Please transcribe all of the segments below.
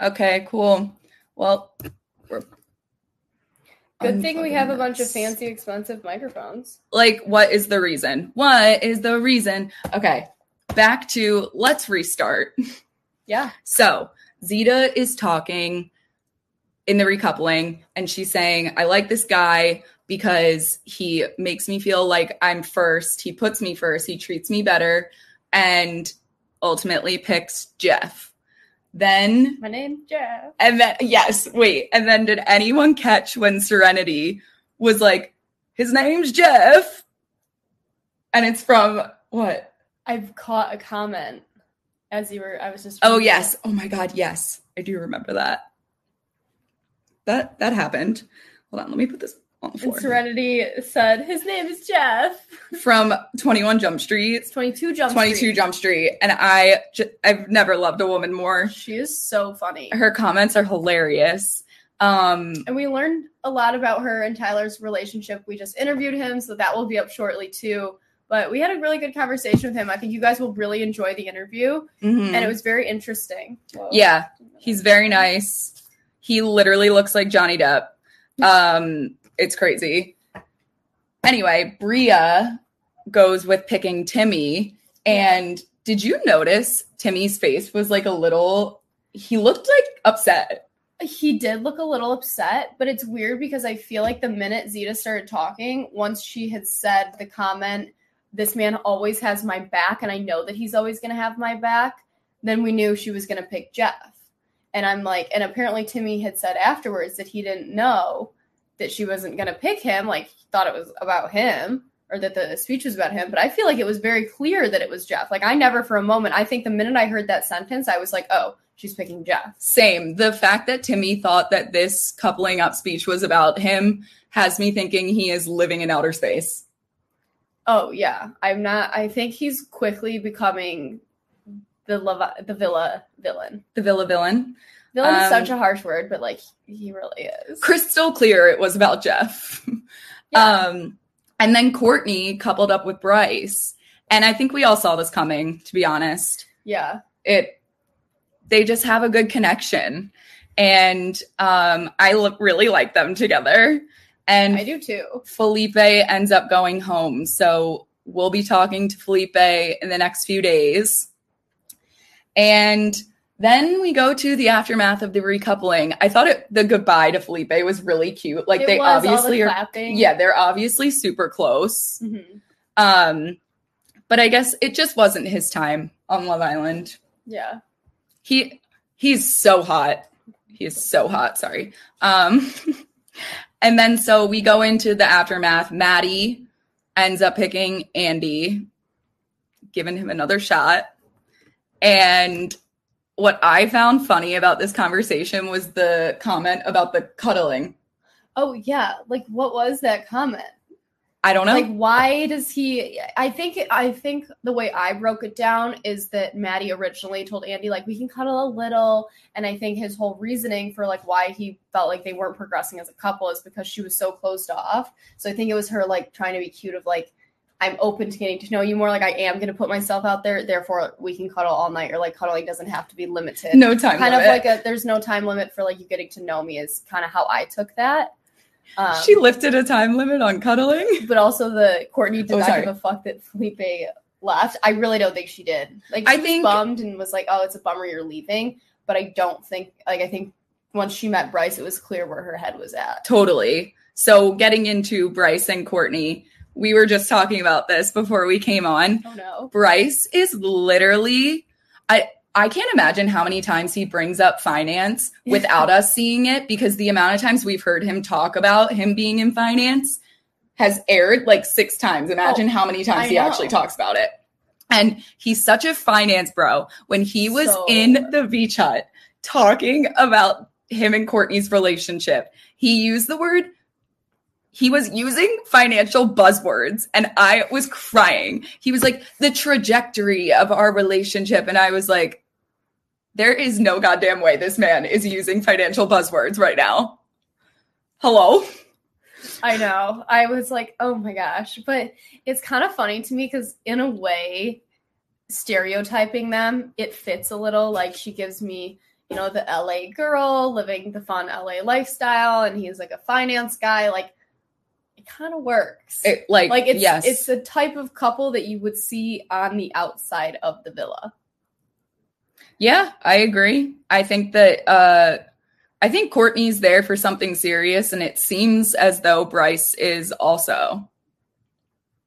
Okay, cool. Well, we're Good thing we have a bunch of unplugging this. fancy, expensive microphones. Like, what is the reason? What is the reason? Okay, back to let's restart. Yeah. So Zeta is talking in the recoupling, and she's saying, I like this guy because he makes me feel like I'm first. He puts me first. He treats me better, and ultimately picks Jeff. Then, My name Jeff. and then, yes, wait. And then, did anyone catch when Serenity was like, his name's Jeff? And it's from what? I've caught a comment as you were. I was just. Oh yes. Oh my god, yes. I do remember that. That that happened. Hold on, let me put this on the And floor. Serenity said his name is Jeff. From 21 Jump Street, It's 22 Jump 22 Street. Jump Street, and I j- I've never loved a woman more. She is so funny. Her comments are hilarious. Um and we learned a lot about her and Tyler's relationship. We just interviewed him, so that will be up shortly too. But we had a really good conversation with him. I think you guys will really enjoy the interview, mhm. and it was very interesting. Whoa. yeah, he's very nice. He literally looks like Johnny Depp. Um it's crazy. Anyway, Bria goes with picking Timmy. And did you notice Timmy's face was like a little, he looked like upset. he did look a little upset, but it's weird because I feel like the minute Zeta started talking, once she had said the comment, this man always has my back, and I know that he's always going to have my back, then we knew she was going to pick Jeff. And I'm like, and apparently Timmy had said afterwards that he didn't know that she wasn't going to pick him. Like, he thought it was about him or that the speech was about him. But I feel like it was very clear that it was Jeff. Like, I never for a moment, I think the minute I heard that sentence, I was like, oh, she's picking Jeff. Same. The fact that Timmy thought that this coupling up speech was about him has me thinking he is living in outer space. Oh yeah, I'm not. I think he's quickly becoming the Levi, the villa villain. The Villa villain. Villain is Um, such a harsh word, but like he really is. Crystal clear it was about Jeff. Yeah. Um, and then Courtney coupled up with Bryce. And I think we all saw this coming, to be honest. yeah, it they just have a good connection and um i look really like them together I and do too. felipe ends up going home so we'll be talking to felipe in the next few days and then we go to the aftermath of the recoupling i thought it, the goodbye to felipe was really cute like It they was, all the obviously are clapping. yeah they're obviously super close Mhm. um but i guess it just wasn't his time on love island yeah. he he's so hot he is so hot sorry um and then so we go into the aftermath maddie ends up picking andy giving him another shot and what i found funny about this conversation was the comment about the cuddling Oh yeah, like what was that comment? i don't know Like why does he? I think I think the way I broke it down is that Maddie originally told Andy like we can cuddle a little, and I think his whole reasoning for like why he felt like they weren't progressing as a couple is because she was so closed off. So I think it was her like trying to be cute of like I'm open to getting to know you more. Like I am going to put myself out there, therefore we can cuddle all night. Or like cuddling doesn't have to be limited. no time kind limit. of like a there's no time limit for like you getting to know me is kind of how I took that. Um, she lifted a time limit on cuddling but also the Courtney did Oh, not sorry. give a fuck that Felipe left. I really don't think she did. Like she I was think- bummed and was like, "Oh, it's a bummer you're leaving," but I don't think like I think once she met Bryce, it was clear where her head was at. Totally. So getting into Bryce and Courtney, we were just talking about this before we came on. Oh no. Bryce is literally I I can't imagine how many times he brings up finance without us seeing it because the amount of times we've heard him talk about him being in finance has aired like 6 times. Imagine how many times I he know. actually talks about it. And he's such a finance bro. When he was So- in the beach hut talking about him and Courtney's relationship, he used the word he was using financial buzzwords and I was crying. He was like, the trajectory of our relationship. And I was like, there is no goddamn way this man is using financial buzzwords right now. Hello? I know. I was like, oh my gosh. But it's kind of funny to me because, in a way, stereotyping them, it fits a little. Like, she gives me you know, the LA girl living the fun LA lifestyle, and he's like a finance guy. Like, it kind of works. It, like, like it's yes. it's the type of couple that you would see on the outside of the villa. Yeah, I agree. I think that uh I think Courtney's there for something serious and it seems as though Bryce is also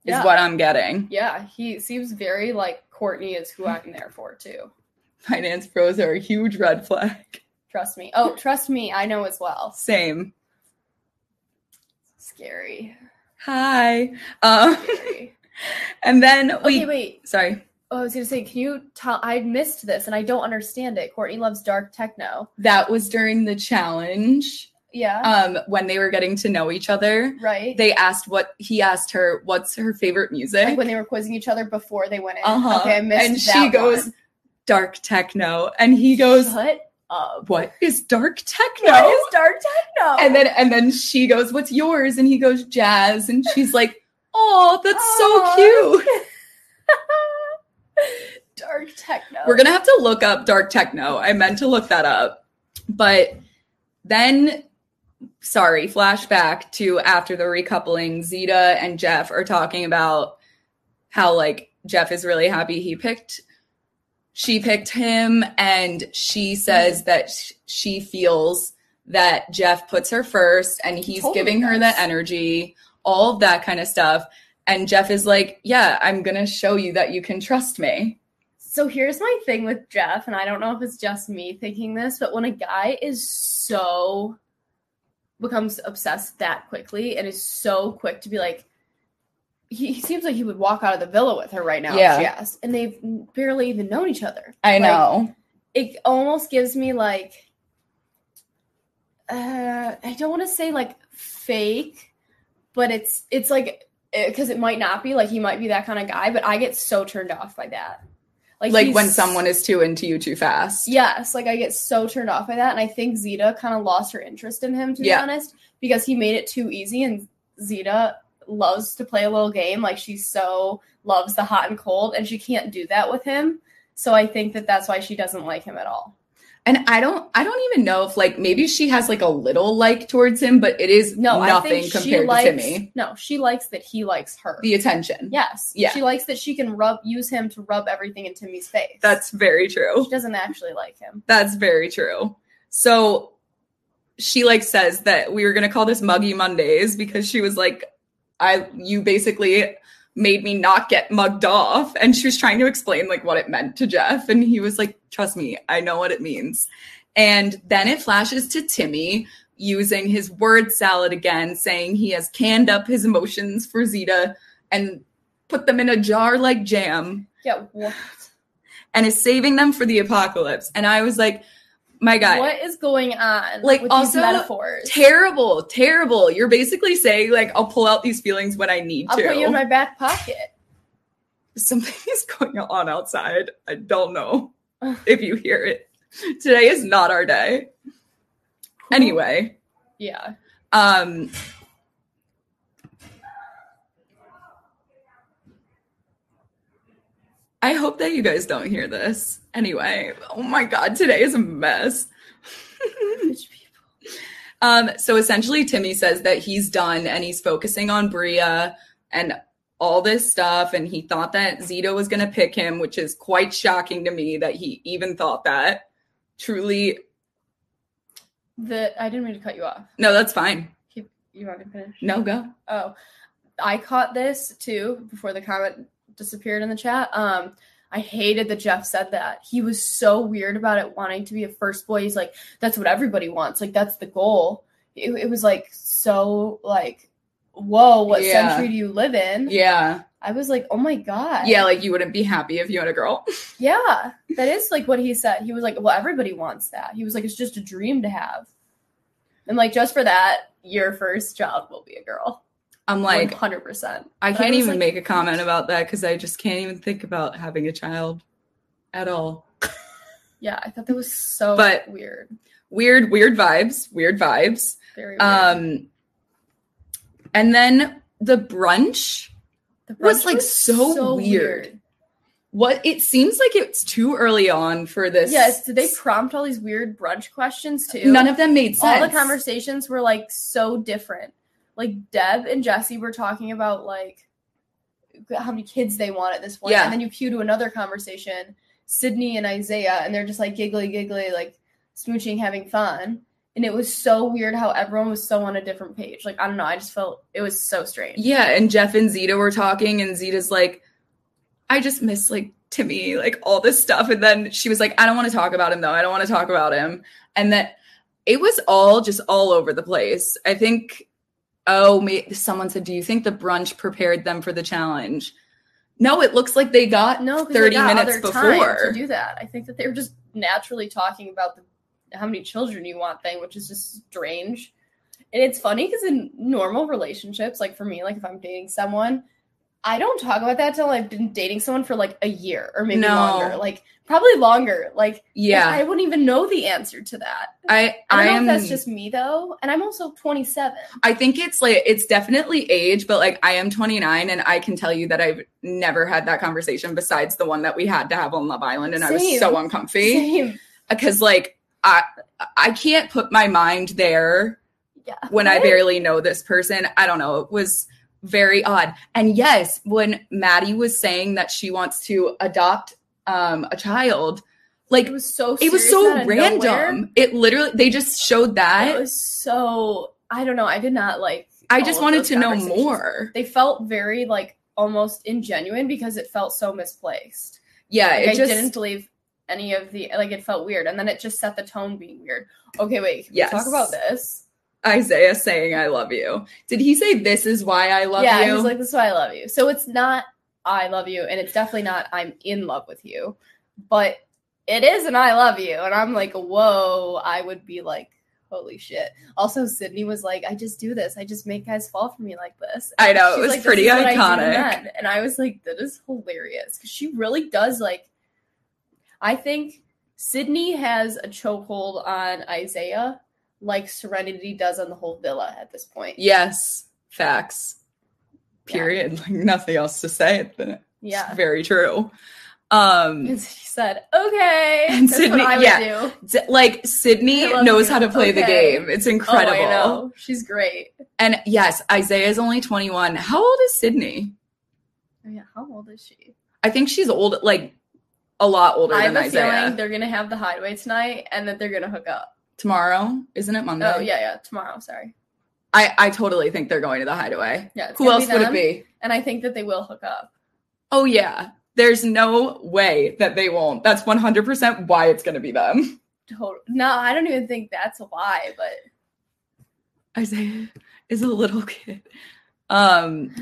is Yeah. what I'm getting. Yeah, he seems very like Courtney is who I'm there for too. Finance pros are a huge red flag. Trust me. Oh, trust me, I know as well. Same. Scary. Hi. Um Scary. and then we okay, wait. sorry. Oh, I was gonna say, can you tell? I missed this and I don't understand it. Courtney loves dark techno. That was during the challenge Yeah. um when they were getting to know each other. right. They asked what he asked her what's her favorite music. like when they were quizzing each other before they went in. Uh-huh. Okay, I missed and that she goes one. dark techno and he goes Shut up. what is dark techno? What is dark techno? and then and then she goes, "What's yours?" And he goes, "Jazz." And she's like, "Oh, that's Aw. so cute." dark techno. We're gonna have to look up dark techno. I meant to look that up, but then, sorry, flashback to after the recoupling. Zeta and Jeff are talking about how like Jeff is really happy he picked. She picked him, and she says that sh- she feels that Jeff puts her first, and he's Totally giving her does. that energy, all of that kind of stuff. And Jeff is like, "Yeah, I'm gonna show you that you can trust me." So here's my thing with Jeff, and I don't know if it's just me thinking this, but when a guy is so becomes obsessed that quickly and is so quick to be like, he, he seems like he would walk out of the villa with her right now Yeah. if she asked, and they've barely even known each other. I Like, know. it almost gives me like uh i don't want to say like fake but it's it's like because it might not be like he might be that kind of guy but i get so turned off by that like, he's- when someone is too into you too fast. yes like i get so turned off by that and i think zeta kind of lost her interest in him to Yeah. be honest because he made it too easy and zeta loves to play a little game like she so loves the hot and cold and she can't do that with him so i think that that's why she doesn't like him at all And I don't I don't even know if like maybe she has like a little like towards him, but it is No, nothing I think compared she likes, to Timmy. No, she likes that he likes her. The attention. yes. Yeah. She likes that she can rub use him to rub everything in Timmy's face. That's very she true. doesn't actually like him. That's very true. So she like says that we were gonna call this Muggy Mondays because she was like, I you basically made me not get mugged off. And she was trying to explain like what it meant to Jeff. And he was like, trust me, I know what it means. And then it flashes to Timmy using his word salad again, saying he has canned up his emotions for Zeta and put them in a jar like jam Yeah. What, and is saving them for the apocalypse. And I was like, my God, what is going on? Like, with also, these metaphors. terrible, terrible. You're basically saying, like, I'll pull out these feelings when I need I'll to. put you in my back pocket. Something is going on outside. I don't know if you hear it. Today is not our day. Anyway, Yeah. um, I hope that you guys don't hear this. Anyway, oh my God, today is a mess. Bitch people. Um, so essentially, Timmy says that he's done and he's focusing on Bria and all this stuff. And he thought that Zito was going to pick him, which is quite shocking to me that he even thought that. Truly, The I didn't mean to cut you off. no, that's fine. Keep you want to finish? No, go. Oh, I caught this too before the comment disappeared in the chat. Um, I hated that Jeff said that. He was so weird about it, wanting to be a first boy. He's like, that's what everybody wants. Like, that's the goal. It, it was like so like, whoa, what Yeah. century do you live in? Yeah. I was like, oh my god. Yeah, like you wouldn't be happy if you had a girl. yeah. That is like what he said. He was like, well, everybody wants that. He was like, it's just a dream to have. And like, just for that, your first child will be a girl. I'm like, hundred percent. I But I can't was even like- make a comment about that because I just can't even think about having a child at all. Yeah, I thought that was so But- weird. Weird, weird vibes, weird vibes. Very weird. Um, and then the brunch. The was, brunch like, so weird. what it seems like it's too early on for this. Yes, did they prompt all these weird brunch questions too? None of them made sense. all the conversations were like so different. Like Deb and Jesse were talking about like how many kids they want at this point, Yeah. and then you cue to another conversation. Sydney and Isaiah, and they're just like giggly, giggly, like smooching, having fun. And it was so weird how everyone was so on a different page. Like I don't know, I just felt it was so strange. Yeah, and Jeff and Zeta were talking, and Zeta's like, I just miss like Timmy, like all this stuff. And then she was like, I don't want to talk about him though. I don't want to talk about him. And that it was all just all over the place. I think, oh, ma- someone said, Do you think the brunch prepared them for the challenge? No, it looks like they got No, 'cause they 30 got minutes other time before. to do that. I think that they were just naturally talking about the how many children you want thing, which is just strange. And it's funny because in normal relationships, like for me, like if I'm dating someone, I don't talk about that till I've been dating someone for like a year or maybe No. longer, like probably longer. Like Yeah, I wouldn't even know the answer to that. I, I I, don't am. know if that's just me though, and I'm also 27. I think it's like it's definitely age, but like I am 29 and I can tell you that I've never had that conversation besides the one that we had to have on Love Island and I was Same. so uncomfy Same. because like I I can't put my mind there Yeah. when I Right? barely know this person. I don't know, it was very odd. And yes, when Maddie was saying that she wants to adopt um a child, like it was so it was serious so out of nowhere. random. It literally they just showed that. It was so I don't know. I did not like. I all just of wanted those to know conversations. more. They felt very like almost ingenuine because it felt so misplaced. Yeah, Like, it I just didn't believe any of the like. It felt weird, and then it just set the tone being weird. Okay, wait. Can Yes. we talk about this. Isaiah saying "I love you." Did he say "This is why I love yeah, you"? he was like, "This is why I love you." So it's not "I love you," and it's definitely not "I'm in love with you," but it is an "I love you," and I'm like, "Whoa!" I would be like, "Holy shit!" Also, Sydney was like, "I just do this. I just make guys fall for me like this." I know She's it was like, "This pretty is what I do to iconic. men." and I was like, "That is hilarious," because she really does like. I think Sydney has a chokehold on Isaiah, like Serenity does on the whole villa at this point. Yes, facts. Yeah. Period. Like nothing else to say. Than it. Yeah. It's very true. Um, And she said, "Okay." And That's Sydney- what I would yeah. do. d- like Sydney I love knows you. how to play the Okay. game. It's Oh, I incredible. know. She's great. And yes, Isaiah is only twenty one. How old is Sydney? Oh, yeah, how old is she? I think she's old, like a lot older I have than a Isaiah. feeling they're gonna have the hideaway tonight, and that they're gonna hook up. Tomorrow, isn't it Monday? Oh yeah, yeah. Tomorrow, sorry. I I totally think they're going to the Hideaway. Yeah. it's Who gonna else would it them, be? And I think that they will hook up. Oh yeah. There's no way that they won't. That's 100% why it's going to be them. Total. No, I don't even think that's why, but Isaiah is a little kid. Um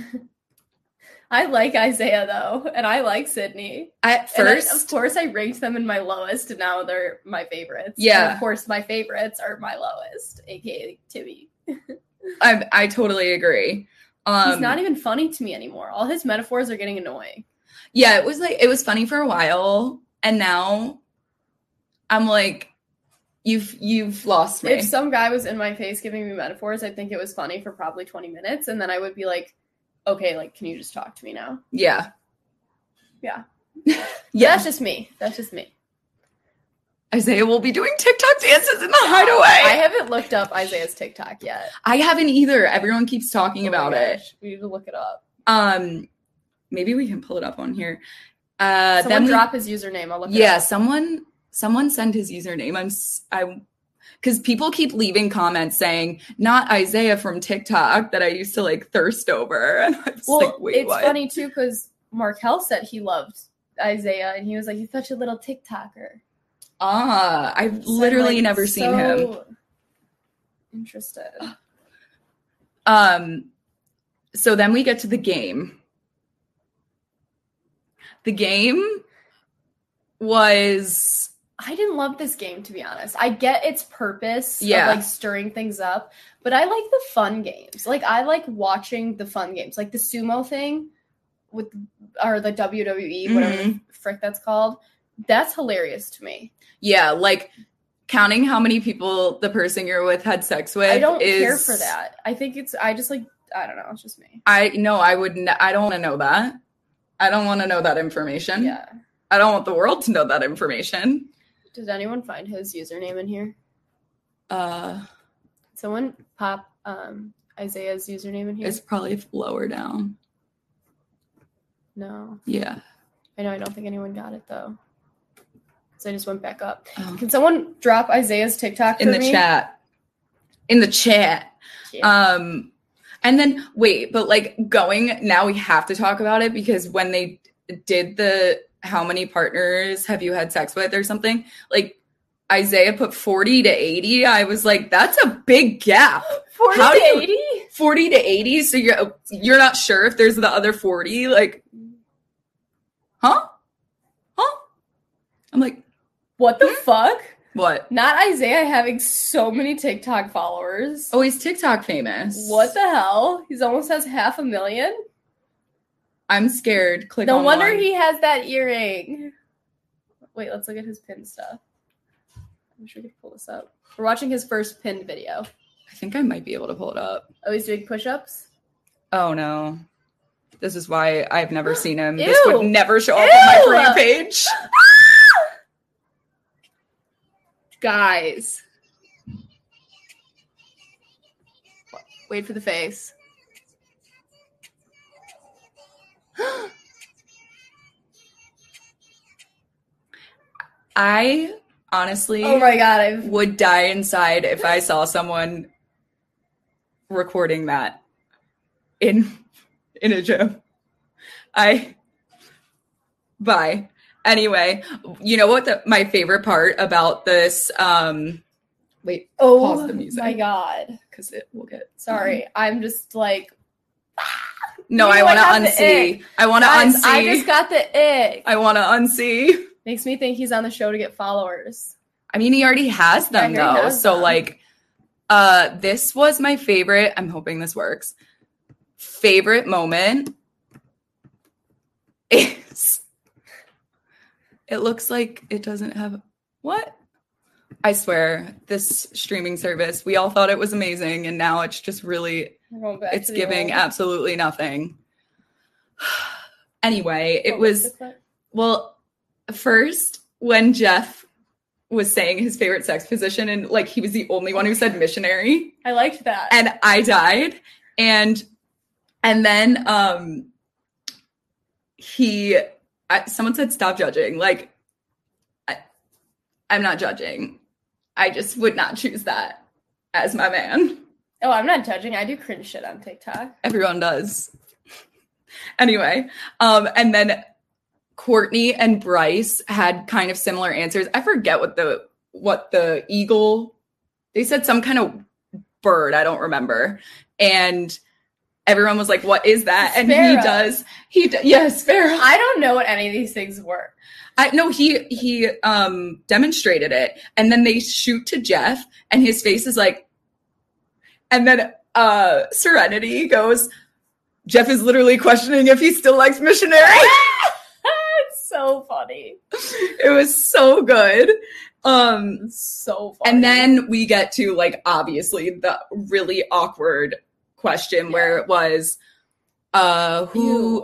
I like Isaiah though, and I like Sydney. at And I- first of course, I ranked them in my lowest, and now they're my favorites. And Yeah. of course, my favorites are my lowest, aka Timmy. I I totally agree. Um He's not even funny to me anymore. All his metaphors are getting annoying. Yeah, it was like it was funny for a while and now I'm like you've you've lost me. If some guy was in my face giving me metaphors, I think it was funny for probably 20 minutes. And then I would be like, okay, like, can you just talk to me now? yeah. Yeah. Yeah. yeah. That's just me. That's just me. Isaiah will be doing TikTok dances in the hideaway. I I, haven't looked up Isaiah's TikTok yet. Oh haven't either. Everyone keeps talking about it. We need to look it up. Um, maybe we can pull it up on here. Uh, Someone then we, drop his username. I'll look yeah, it up. someone, someone send his username. I'm, s- I, because people keep leaving comments saying not Isaiah from TikTok that I used to like thirst over, and I was Well, like, wait, it's what? funny too because Markel said he loved Isaiah and he was like, he's such a little TikToker. Ah, I've literally never seen him. Interested. Um, so then we get to the game. The game was I didn't love this game to be honest. I get its purpose Yeah. of like stirring things up, but I like the fun games. Like I like watching the fun games, like the sumo thing with or the WWE, whatever the Mm-hmm. frick that's called. That's hilarious to me. Yeah, like counting how many people the person you're with had sex with. I don't is, care for that. I think it's I just like I don't know, it's just me. I no, I would. N- I don't want to know that. I don't want to know that information. Yeah. I don't want the world to know that information. Did anyone find his username in here? Uh, Someone pop um Isaiah's username in here? it's probably lower down. no. Yeah. I know I don't think anyone got it though. So I just went back up. Oh. Can someone drop Isaiah's TikTok in for the me? chat. In the chat. Yeah. Um, and then wait, but like going now, we have to talk about it because when they did the how many partners have you had sex with or something, like Isaiah put 40 to 80. I was like, that's a big gap. 40 how do you- 80? 40 to 80. So you're you're not sure if there's the other 40, like, huh? Huh? I'm like, What Hmm? the fuck? what? Not Isaiah having so many TikTok followers. Oh, he's TikTok famous. What the hell? He's almost has half a million. I'm scared. Click no on wonder one. he has that earring. Wait, let's look at his pin stuff. I'm sure we can pull this up. We're watching his first pinned video. I think I might be able to pull it up. Oh, he's doing push-ups. Oh no. This is why I've never seen him. This would Ew. never show up on my Ew. For You page. Guys. Wait for the face. I honestly Oh my god, I've would die inside if I saw someone recording that in in a gym. I bye. Anyway, you know what the, my favorite part about this um wait, Oh the music. my god. cuz it will get Sorry. I'm just like No, Ew, I I want to got the unsee. ick. I want to Guys, unsee. I just got the ick. I want to unsee. Makes me think he's on the show to get followers. I mean, he already has them Yeah, he already though. has so them. like, uh, this was my favorite. I'm hoping this works. Favorite moment is. It looks like it doesn't have what. I swear, this streaming service, we all thought it was amazing, and now it's just really We're going back it's to the giving old- absolutely nothing. anyway, it Oh, was what's this? Well, first, when Jeff was saying his favorite sex position, and like he was the only one who said missionary, I liked that. and I died, and and then um he I, someone said stop judging. Like I, I'm not judging. I just would not choose that as my man. oh, I'm not judging. I do cringe shit on TikTok. Everyone does. anyway, um, and then Courtney and Bryce had kind of similar answers. I forget what the what the eagle they said some kind of bird, I don't remember. And everyone was like, What is that? And he Sparrow. does he d- yeah, sparrow. I don't know what any of these things were. I no, he he um demonstrated it, and then they shoot to Jeff, and his face is like, and then uh Serenity goes, Jeff is literally questioning if he still likes missionary. It's so funny. it was so good. Um It's so funny. and then we get to like obviously the really awkward question where it was uh who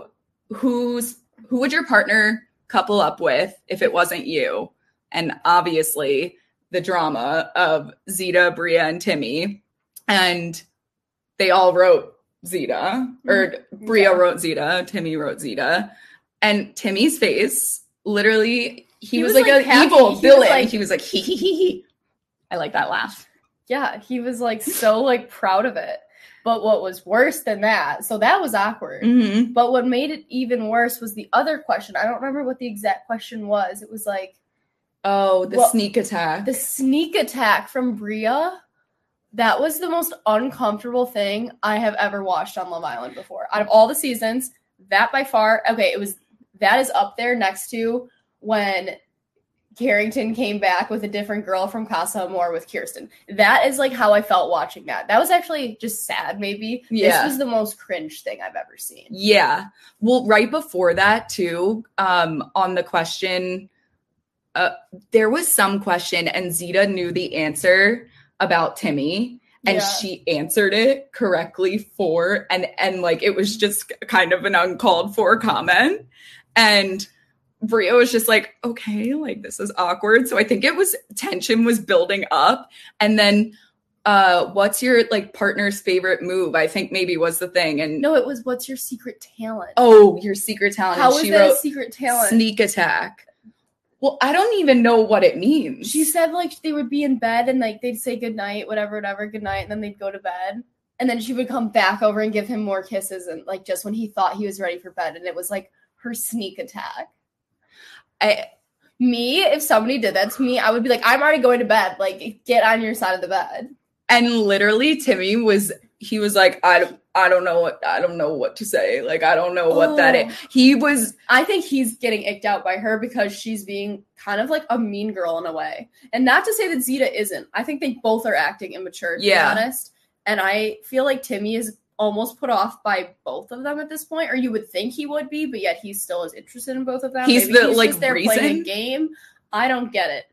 Ew. who's who would your partner couple up with if it wasn't you? And obviously the drama of Zeta, Bria, and Timmy. And they all wrote Zeta. Or Bria Mm-hmm. Yeah. wrote Zeta, Timmy wrote Zeta. And Timmy's face, literally, he, He was, was, like, like, an happy. He evil was, villain. like- he was like hee hee hee hee. I like that laugh. yeah, he was like so like proud of it. But what was worse than that? So that was awkward. Mm-hmm. But what made it even worse was the other question. I don't remember what the exact question was. It was like Oh, the Well, sneak attack. the sneak attack from Bria. That was the most uncomfortable thing I have ever watched on Love Island before. Out of all the seasons, that by far, okay, it was that is up there next to when Carrington came back with a different girl from Casa Amor with Kirsten. That is like how I felt watching that. That was actually just sad, maybe. Yeah. This was the most cringe thing I've ever seen. Yeah. Well, right before that, too, um, on the question, uh, there was some question, and Zeta knew the answer about Timmy. and Yeah. she answered it correctly for and and like it was just kind of an uncalled for comment and Bria was just like okay like this is awkward so I think it was tension was building up and then uh what's your like partner's favorite move I think maybe was the thing and No, it was what's your secret talent? oh your secret talent how and is she that wrote a secret talent? sneak attack well I don't even know what it means She said like they would be in bed and like they'd say goodnight, whatever, whatever, goodnight, and then they'd go to bed. And then she would come back over and give him more kisses and like just when he thought he was ready for bed. And it was like her sneak attack. I, Me, if somebody did that to me, I would be like, I'm already going to bed. Like, get on your side of the bed. and literally Timmy was he was like I I don't know what I don't know what to say like I don't know what that Oh. is he was I think he's getting icked out by her because she's being kind of like a mean girl in a way. And not to say that Zeta isn't. I think they both are acting immature, to Yeah. be honest. And I feel like Timmy is almost put off by both of them at this point, or you would think he would be, but yet he still is interested in both of them. He's the, like, there playing reason? a game. I don't get it.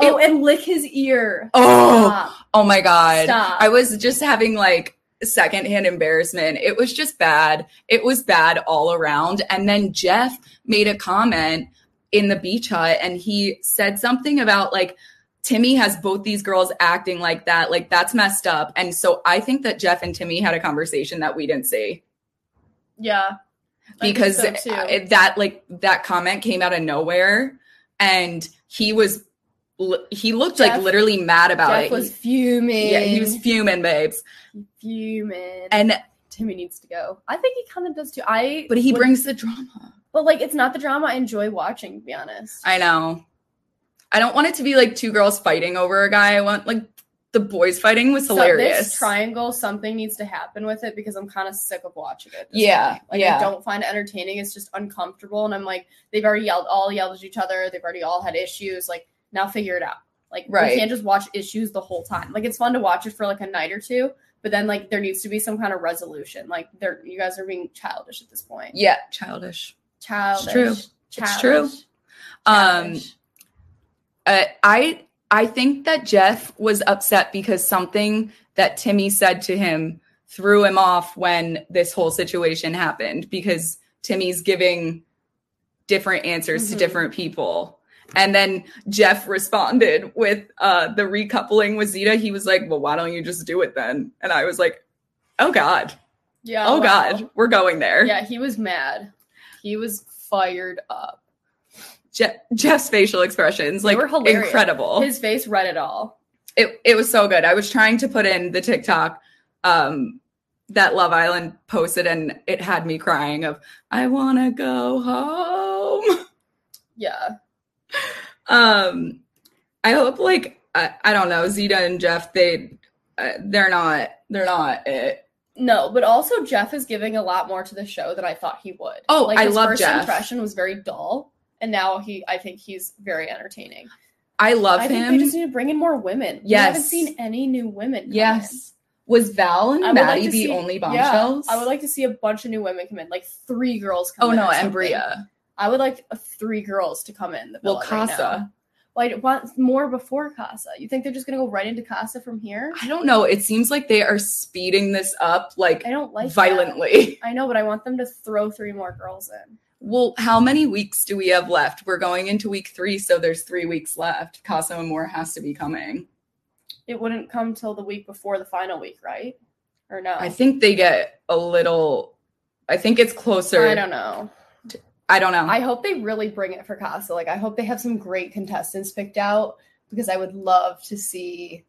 It- Oh, and lick his ear. oh Stop. oh my god Stop. I was just having like secondhand embarrassment it was just bad it was bad all around and then Jeff made a comment in the beach hut and he said something about like Timmy has both these girls acting like that like that's messed up and so I think that Jeff and Timmy had a conversation that we didn't see yeah. I think because so, too. it- that like that comment came out of nowhere and he was li- he looked like Jeff- literally mad about Jeff it was fuming. yeah he was fuming babes fuming. and Timmy needs to go. I think he kind of does too. I but he would- brings the drama but like it's not the drama I enjoy watching. To be honest, i know i don't want it to be like two girls fighting over a guy i want like the boys fighting was So hilarious this triangle, something needs to happen with it because I'm kind of sick of watching it. at this Yeah, point. like yeah. I don't find it entertaining. It's just uncomfortable, and I'm like, they've already yelled, all yelled at each other. They've already all had issues. Like now, figure it out. Like Right. we can't just watch issues the whole time. Like it's fun to watch it for like a night or two, but then like there needs to be some kind of resolution. Like there, you guys are being childish at this point. yeah childish Childish. true. It's true. Childish. um Childish. uh, I I think that Jeff was upset because something that Timmy said to him threw him off when this whole situation happened because Timmy's giving different answers to Mhm. different people. And then Jeff responded with uh, the recoupling with Zeta. He was like, "Well, why don't you just do it then?" And I was like, "Oh God, yeah. oh wow. God, we're going there." Yeah, he was mad. He was fired up. Je- Jeff's facial expressions, They like, were hilarious. incredible. His face read it all. it it was so good. I was trying to put in the TikTok um that Love Island posted and it had me crying of I want to go home. Yeah. Um I hope like I, I don't know Zeta and Jeff they uh, they're not they're not it. No, but also Jeff is giving a lot more to the show than I thought he would. Oh, like I his love first Jeff. impression was very dull, and now he, I think he's very entertaining. I love I think him. they just need to bring in more women. we haven't Yes. seen any new women. come in. yes. Was Val and I would like Maddie to the see- only yeah, bombshells? I would like to see a bunch of new women come in, like three girls. come Oh in no, or and something. Bria. I would like uh, three girls to come in. The Well, villa right now. Casa. Well, I want more before Casa. You think they're just gonna go right into Casa from here? I don't know. It seems like they are speeding this up like, I don't like that. violently. I know, but I want them to throw three more girls in. Well, how many weeks do we have left? We're going into week three, so there's three weeks left. Casa Amor has to be coming. It wouldn't come till the week before the final week, right? Or no? I think they get a little. I think it's closer. I don't know. I don't know. I hope they really bring it for Casa. Like I hope they have some great contestants picked out because I would love to see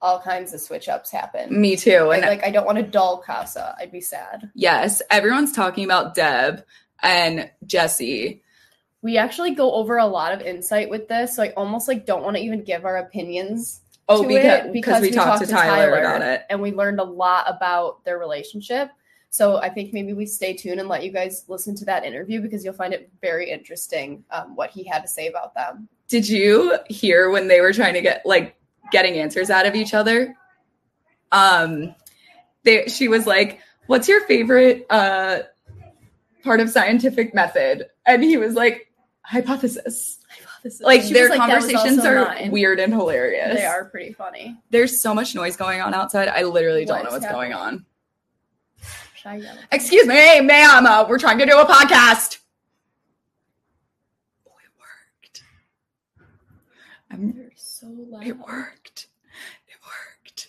all kinds of switch ups happen. Me too. Like, And like I don't want a dull Casa. I'd be sad. yes, everyone's talking about Deb and Jesse. We actually go over a lot of insight with this, so I almost like don't want to even give our opinions Oh, to because, it because we, talked, to Tyler, about it. and we learned a lot about their relationship. So I think maybe we stay tuned and let you guys listen to that interview because you'll find it very interesting um, what he had to say about them. Did you hear when they were trying to get like getting answers out of each other? Um they she was like, "What's your favorite uh part of scientific method?" And he was like, "Hypothesis." This is, Like she their was like, "That was conversations also are mine." weird and hilarious. They are pretty funny. There's so much noise going on outside. I literally don't What know is what's going on. Shy yellow. Excuse me, ma'am. Uh, we're trying to do a podcast. Oh, it worked. I'm They're so loud. It worked. It worked.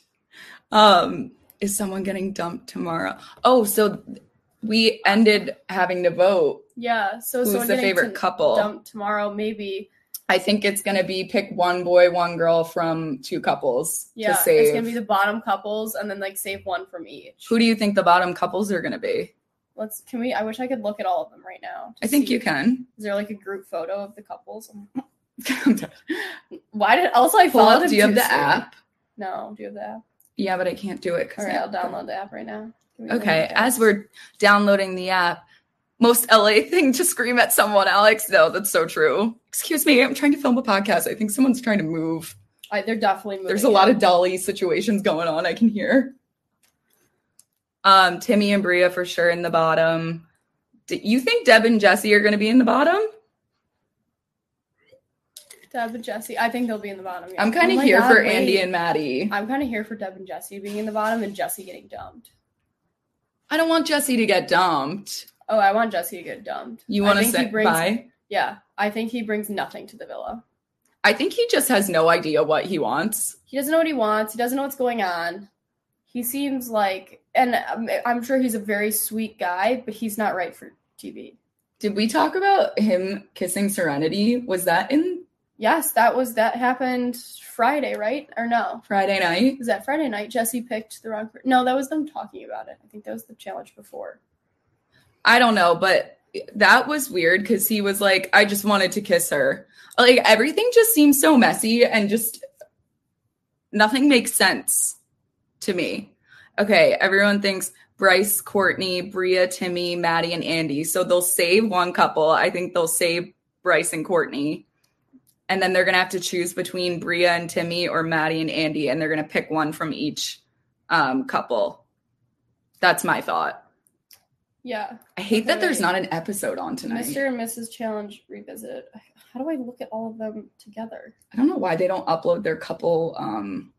Um, is someone getting dumped tomorrow? Oh, so we ended having to vote. Yeah. So Who's someone the getting favorite to couple? Dump tomorrow, maybe. I think it's gonna be pick one boy, one girl from two couples Yeah. to It's save. gonna be the bottom couples, and then like save one from each. Who do you think the bottom couples are gonna be? Let's. Can we? I wish I could look at all of them right now. to I think see. you can. Is there like a group photo of the couples? Oh Pull Why did also I follow up. them Do you have too the soon. app? No. Do you have the app? Yeah, but I can't do it. 'cause All I right. have I'll the- download the app right now. Give me one Okay, minute. as we're downloading the app, most LA thing to scream at someone, Alex. No, that's so true. Excuse me, I'm trying to film a podcast. I think someone's trying to move. I, they're definitely moving. There's a lot of dolly situations going on, I can hear. Um, Timmy and Bria for sure in the bottom. Do you think Deb and Jesse are going to be in the bottom? Deb and Jesse. I think they'll be in the bottom. yeah. I'm kind Oh of my here God, for wait. Andy and Maddie. I'm kind of here for Deb and Jesse being in the bottom and Jesse getting dumped. I don't want Jesse to get dumped. Oh, I want Jesse to get dumped. You I want to think he say brings- bye? Yeah, I think he brings nothing to the villa. I think he just has no idea what he wants. He doesn't know what he wants. He doesn't know what's going on. He seems like, and I'm, I'm sure he's a very sweet guy, but he's not right for TV. Did we talk about him kissing Serenity? Was that in Yes, that was that happened Friday, right? Or no? Friday night? Was that Friday night? Jesse picked the wrong. per- No, that was them talking about it. I think that was the challenge before. I don't know, but that was weird because he was like, I just wanted to kiss her. Like everything just seems so messy and just nothing makes sense to me. Okay, everyone thinks Bryce, Courtney, Bria, Timmy, Maddie, and Andy. So they'll save one couple. I think they'll save Bryce and Courtney. And then they're going to have to choose between Bria and Timmy or Maddie and Andy. And they're going to pick one from each um, couple. That's my thought. Yeah, I hate that there's Right. not an episode on tonight. Mr. and Mrs. Challenge revisited. How do I look at all of them together? I don't know why they don't upload their couple um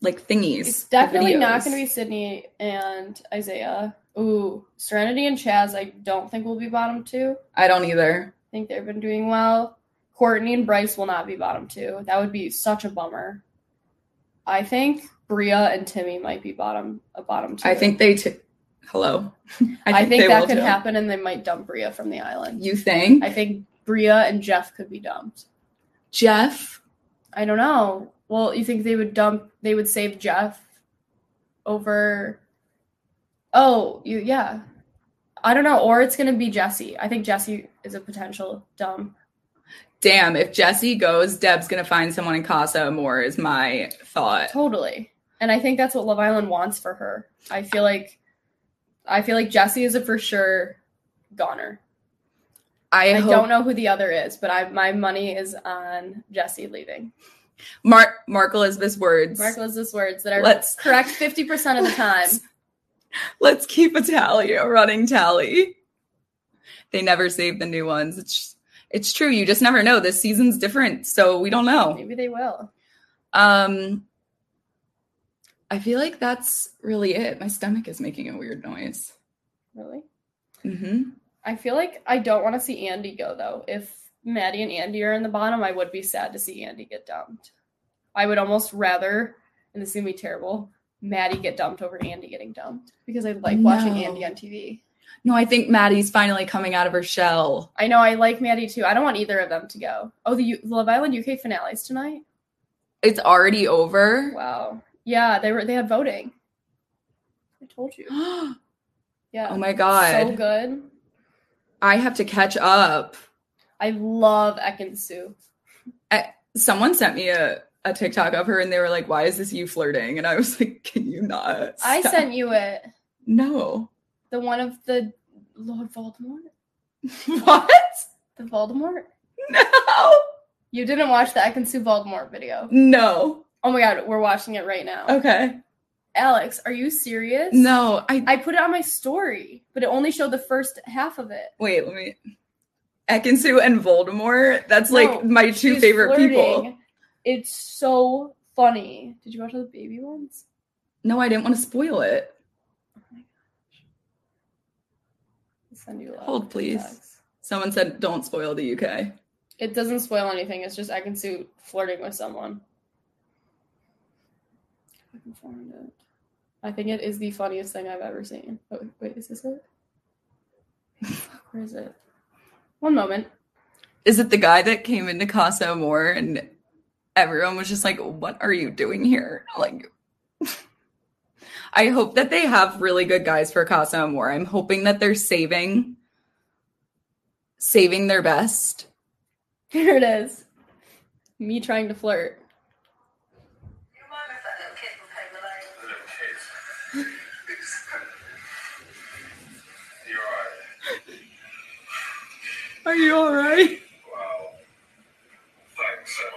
like thingies. It's definitely the not videos. going to be Sydney and Isaiah. Ooh, Serenity and Chaz, I don't think will be bottom two. I don't either. I think they've been doing well. Courtney and Bryce will not be bottom two. That would be such a bummer. I think Bria and Timmy might be bottom a bottom two. I think they t- hello. I think, that could too. happen, and they might dump Bria from the island. You think? I think Bria and Jeff could be dumped. Jeff? I don't know. Well, you think they would dump? They would save Jeff over? Oh, you yeah. I don't know. Or it's gonna be Jesse. I think Jesse is a potential dump. Damn, if Jesse goes, Deb's gonna find someone in Casa More is my thought. Totally. And I think that's what Love Island wants for her. I feel like, I feel like Jesse is a for sure goner. I, I hope don't know who the other is, but I my money is on Jesse leaving. Mark Mark Elizabeth's words. Mark Liz's words that are Let's- correct fifty percent of the time. Let's keep a tally, a running tally. They never save the new ones. It's it's true. You just never know. This season's different, so we don't know. Maybe they will. Um, I feel like that's really it. My stomach is making a weird noise. Really. hmm I feel like I don't want to see Andy go though. If Maddie and Andy are in the bottom, I would be sad to see Andy get dumped. I would almost rather, and this is gonna be terrible, Maddie get dumped over Andy getting dumped because I like watching No. Andy on TV. No, I think Maddie's finally coming out of her shell. I know I like Maddie too. I don't want either of them to go. Oh, the U- Love Island UK finales tonight. It's already over. Wow. Yeah, they were they had voting. I told you. Yeah. oh my god, So good. I have to catch up. I love Ekansu. Someone sent me a. A TikTok of her, and they were like, "Why is this you flirting?" And I was like, "Can you not?" I stop?" sent you it. no. The one of the Lord Voldemort. what? The Voldemort? No. You didn't watch the I Can Sue Voldemort video. No. Oh my god, we're watching it right now. Okay. Alex, are you serious? No. I I put it on my story, but it only showed the first half of it. wait. Let me. Ekansu and Voldemort. That's like No, my two She's favorite people. flirting. It's so funny. Did you watch all the baby ones? No, I didn't want to spoil it. I'll send you a lot Hold, of please. TikToks. Someone said, "Don't spoil the UK." It doesn't spoil anything. It's just I can see flirting with someone. I can find it. I think it is the funniest thing I've ever seen. Oh, wait, is this it? Fuck, where is it? One moment. Is it the guy that came into Casa Amor and everyone was just like, "What are you doing here?" Like, I hope that they have really good guys for Casa Amor. I'm hoping that they're saving, saving their best. Here it is. Me trying to flirt. Your mom is that little kid from Peg Levine. Little kids. You're right. Are you all right? Wow. Thanks so much.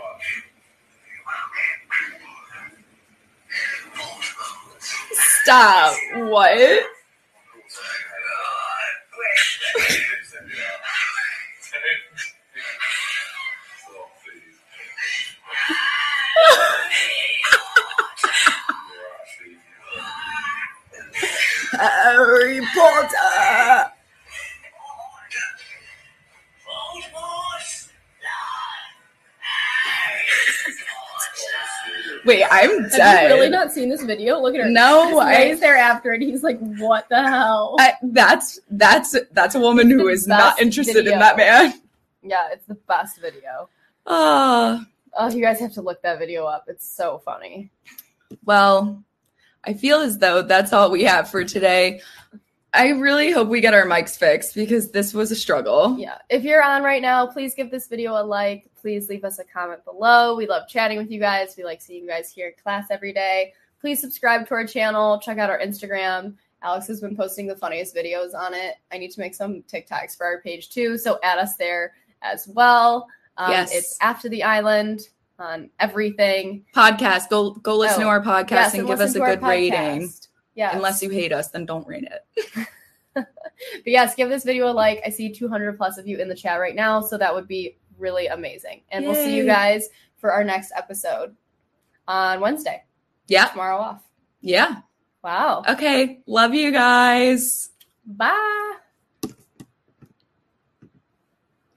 Stop. What? Harry Potter. Wait, I'm Have dead. you really not seen this video? Look at her. No, I- He's there after, and he's like, "What the hell?" I- that's that's that's a woman who is not Best interested in video. that man. yeah, it's the best video. Ah, Oh, you guys have to look that video up. It's so funny. well, I feel as though that's all we have for today. I really hope we get our mics fixed because this was a struggle. Yeah. If you're on right now, please give this video a like. Please leave us a comment below. We love chatting with you guys. We like seeing you guys here in class every day. Please subscribe to our channel. Check out our Instagram. Alex has been posting the funniest videos on it. I need to make some TikToks for our page too. So add us there as well. Um, Yes. It's After the Island on everything. Podcast, go go listen Oh, to our podcast Yes, and give listen us a to our good rating. podcast. Yes. Unless you hate us, then don't rate it. But yes, give this video a like. I see 200 plus of you in the chat right now, so that would be really amazing. And we'll see you Yay. guys for our next episode on Wednesday. Yeah, Tomorrow off. yeah. Wow. Okay, love you guys. Bye.